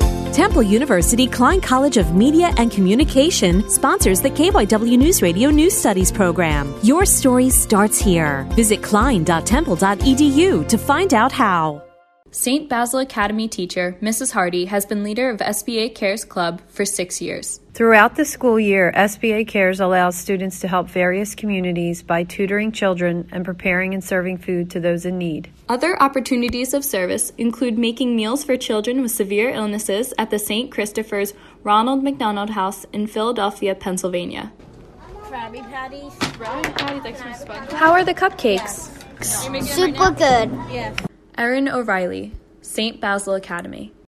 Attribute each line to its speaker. Speaker 1: Temple University Klein College of Media and Communication sponsors the KYW News Radio News Studies program. Your story starts here. Visit klein.temple.edu E to find out how.
Speaker 2: St. Basil Academy teacher Mrs. Hardy has been leader of SBA Cares Club for six years.
Speaker 3: Throughout the school year, SBA Cares allows students to help various communities by tutoring children and preparing and serving food to those in need.
Speaker 2: Other opportunities of service include making meals for children with severe illnesses at the St. Christopher's Ronald McDonald House in Philadelphia, Pennsylvania.
Speaker 4: Krabby Patties.
Speaker 2: How are the cupcakes?
Speaker 4: Super good.
Speaker 2: Erin O'Reilly, St. Basil Academy.